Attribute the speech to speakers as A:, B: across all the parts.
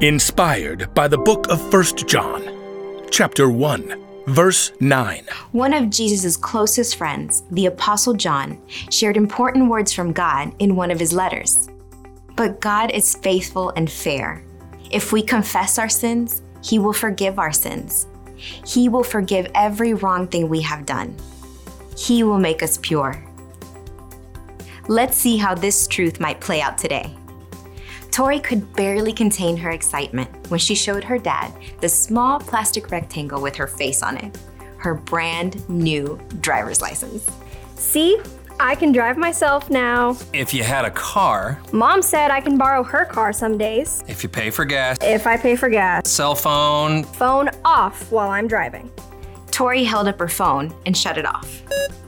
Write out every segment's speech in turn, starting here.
A: inspired by the book of 1 John, chapter 1, verse 9.
B: One of Jesus' closest friends, the Apostle John, shared important words from God in one of his letters. But God is faithful and fair. If we confess our sins, He will forgive our sins. He will forgive every wrong thing we have done. He will make us pure. Let's see how this truth might play out today. Tori could barely contain her excitement when she showed her dad the small plastic rectangle with her face on it her brand new driver's license.
C: See, I can drive myself now.
D: If you had a car,
C: Mom said I can borrow her car some days
D: if you pay for gas,
C: if I pay for gas.
D: cell phone,
C: Phone off while I'm driving.
B: Tori held up her phone and shut it off.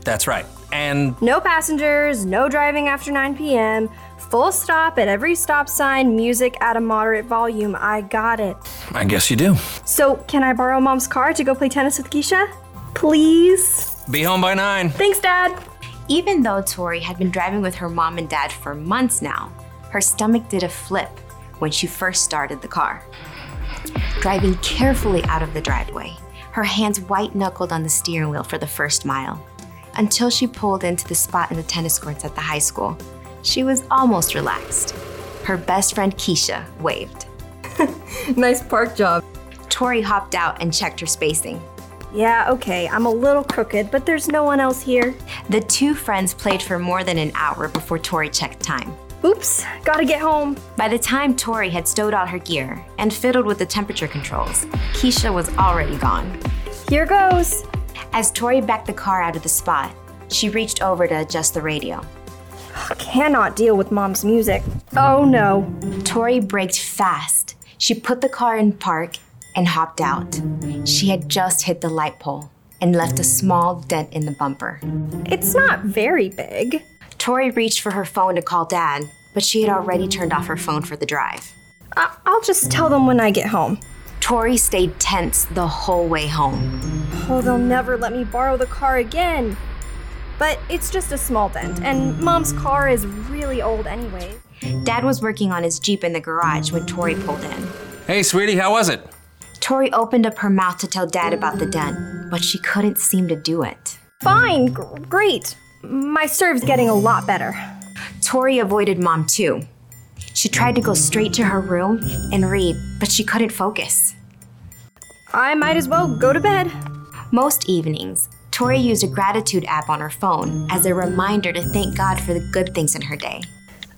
D: that's right. And
C: No passengers, no driving after 9 p.m., full stop at every stop sign, music at a moderate volume. I got it.
D: I guess you do.
C: So, can I borrow Mom's car to go play tennis with Keisha? Please?
D: Be home by nine.
C: Thanks, Dad.
B: Even though Tori had been driving with her mom and dad for months now, her stomach did a flip when she first started the car. Driving carefully out of the driveway, her hands white knuckled on the steering wheel for the first mile. Until she pulled into the spot in the tennis courts at the high school, she was almost relaxed. Her best friend Keisha waved.
C: Nice park job.
B: Tori hopped out and checked her spacing.
C: Yeah, okay, I'm a little crooked, but there's no one else here.
B: The two friends played for more than an hour before Tori checked time.
C: Oops, gotta get home.
B: By the time Tori had stowed out her gear and fiddled with the temperature controls, Keisha was already gone.
C: Here goes.
B: As Tori backed the car out of the spot, she reached over to adjust the radio.
C: Cannot deal with Mom's music. Oh no.
B: Tori braked fast. She put the car in park and hopped out. She had just hit the light pole and left a small dent in the bumper.
C: It's not very big.
B: Tori reached for her phone to call Dad, but she had already turned off her phone for the drive.
C: I- I'll just tell them when I get home.
B: Tori stayed tense the whole way home.
C: Oh, they'll never let me borrow the car again. But it's just a small dent, and Mom's car is really old anyway.
B: Dad was working on his Jeep in the garage when Tori pulled in.
D: Hey, sweetie, how was it?
B: Tori opened up her mouth to tell Dad about the dent, but she couldn't seem to do it.
C: Fine, gr- great. My serve's getting a lot better.
B: Tori avoided Mom too. She tried to go straight to her room and read, but she couldn't focus.
C: I might as well go to bed.
B: Most evenings, Tori used a gratitude app on her phone as a reminder to thank God for the good things in her day.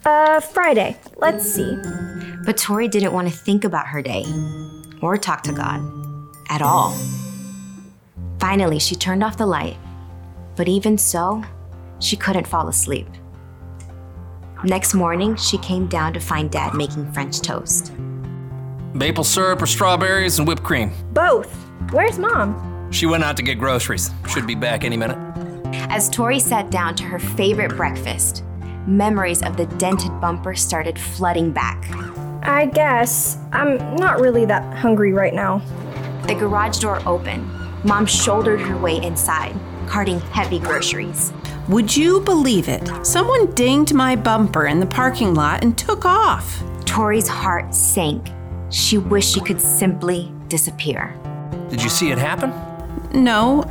C: Uh, Friday. Let's see.
B: But Tori didn't want to think about her day or talk to God at all. Finally, she turned off the light, but even so, she couldn't fall asleep. Next morning, she came down to find Dad making French toast.
D: Maple syrup or strawberries and whipped cream.
C: Both. Where's Mom?
D: She went out to get groceries. Should be back any minute.
B: As Tori sat down to her favorite breakfast, memories of the dented bumper started flooding back.
C: I guess. I'm not really that hungry right now.
B: The garage door opened. Mom shouldered her way inside, carting heavy groceries.
E: Would you believe it? Someone dinged my bumper in the parking lot and took off.
B: Tori's heart sank. She wished she could simply disappear.
D: Did you see it happen?
E: No,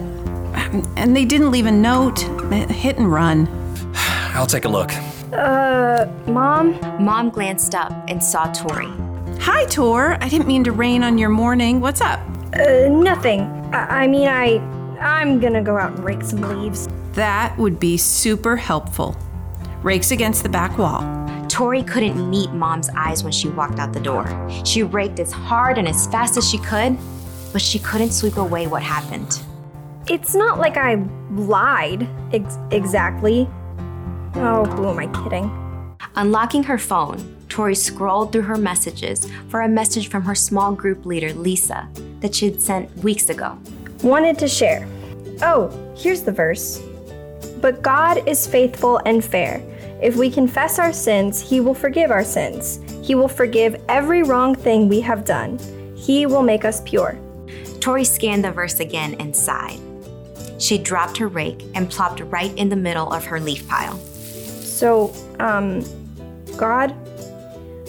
E: and they didn't leave a note. Hit and run.
D: I'll take a look.
C: Uh, Mom?
B: Mom glanced up and saw Tori.
E: Hi, Tor. I didn't mean to rain on your morning. What's up?
C: Uh, nothing. I, I mean, I. I'm gonna go out and rake some leaves.
E: That would be super helpful. Rakes against the back wall.
B: Tori couldn't meet Mom's eyes when she walked out the door. She raked as hard and as fast as she could, but she couldn't sweep away what happened.
C: It's not like I lied ex- exactly. Oh, who am I kidding?
B: Unlocking her phone, Tori scrolled through her messages for a message from her small group leader, Lisa, that she'd sent weeks ago.
C: Wanted to share. Oh, here's the verse. But God is faithful and fair. If we confess our sins, He will forgive our sins. He will forgive every wrong thing we have done. He will make us pure.
B: Tori scanned the verse again and sighed. She dropped her rake and plopped right in the middle of her leaf pile.
C: So, um, God,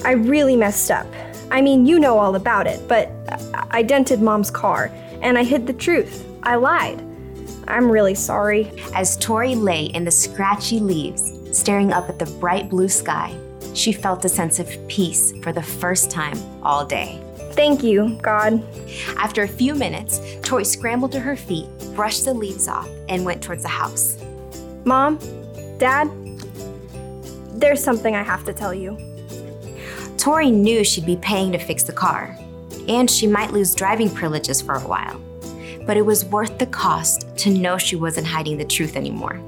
C: I really messed up. I mean, you know all about it, but I- I dented mom's car and I hid the truth. I lied. I'm really sorry.
B: As Tori lay in the scratchy leaves, staring up at the bright blue sky, she felt a sense of peace for the first time all day.
C: Thank you, God.
B: After a few minutes, Tori scrambled to her feet, brushed the leaves off, and went towards the house.
C: Mom, Dad, there's something I have to tell you.
B: Tori knew she'd be paying to fix the car, and she might lose driving privileges for a while. But it was worth the cost to know she wasn't hiding the truth anymore.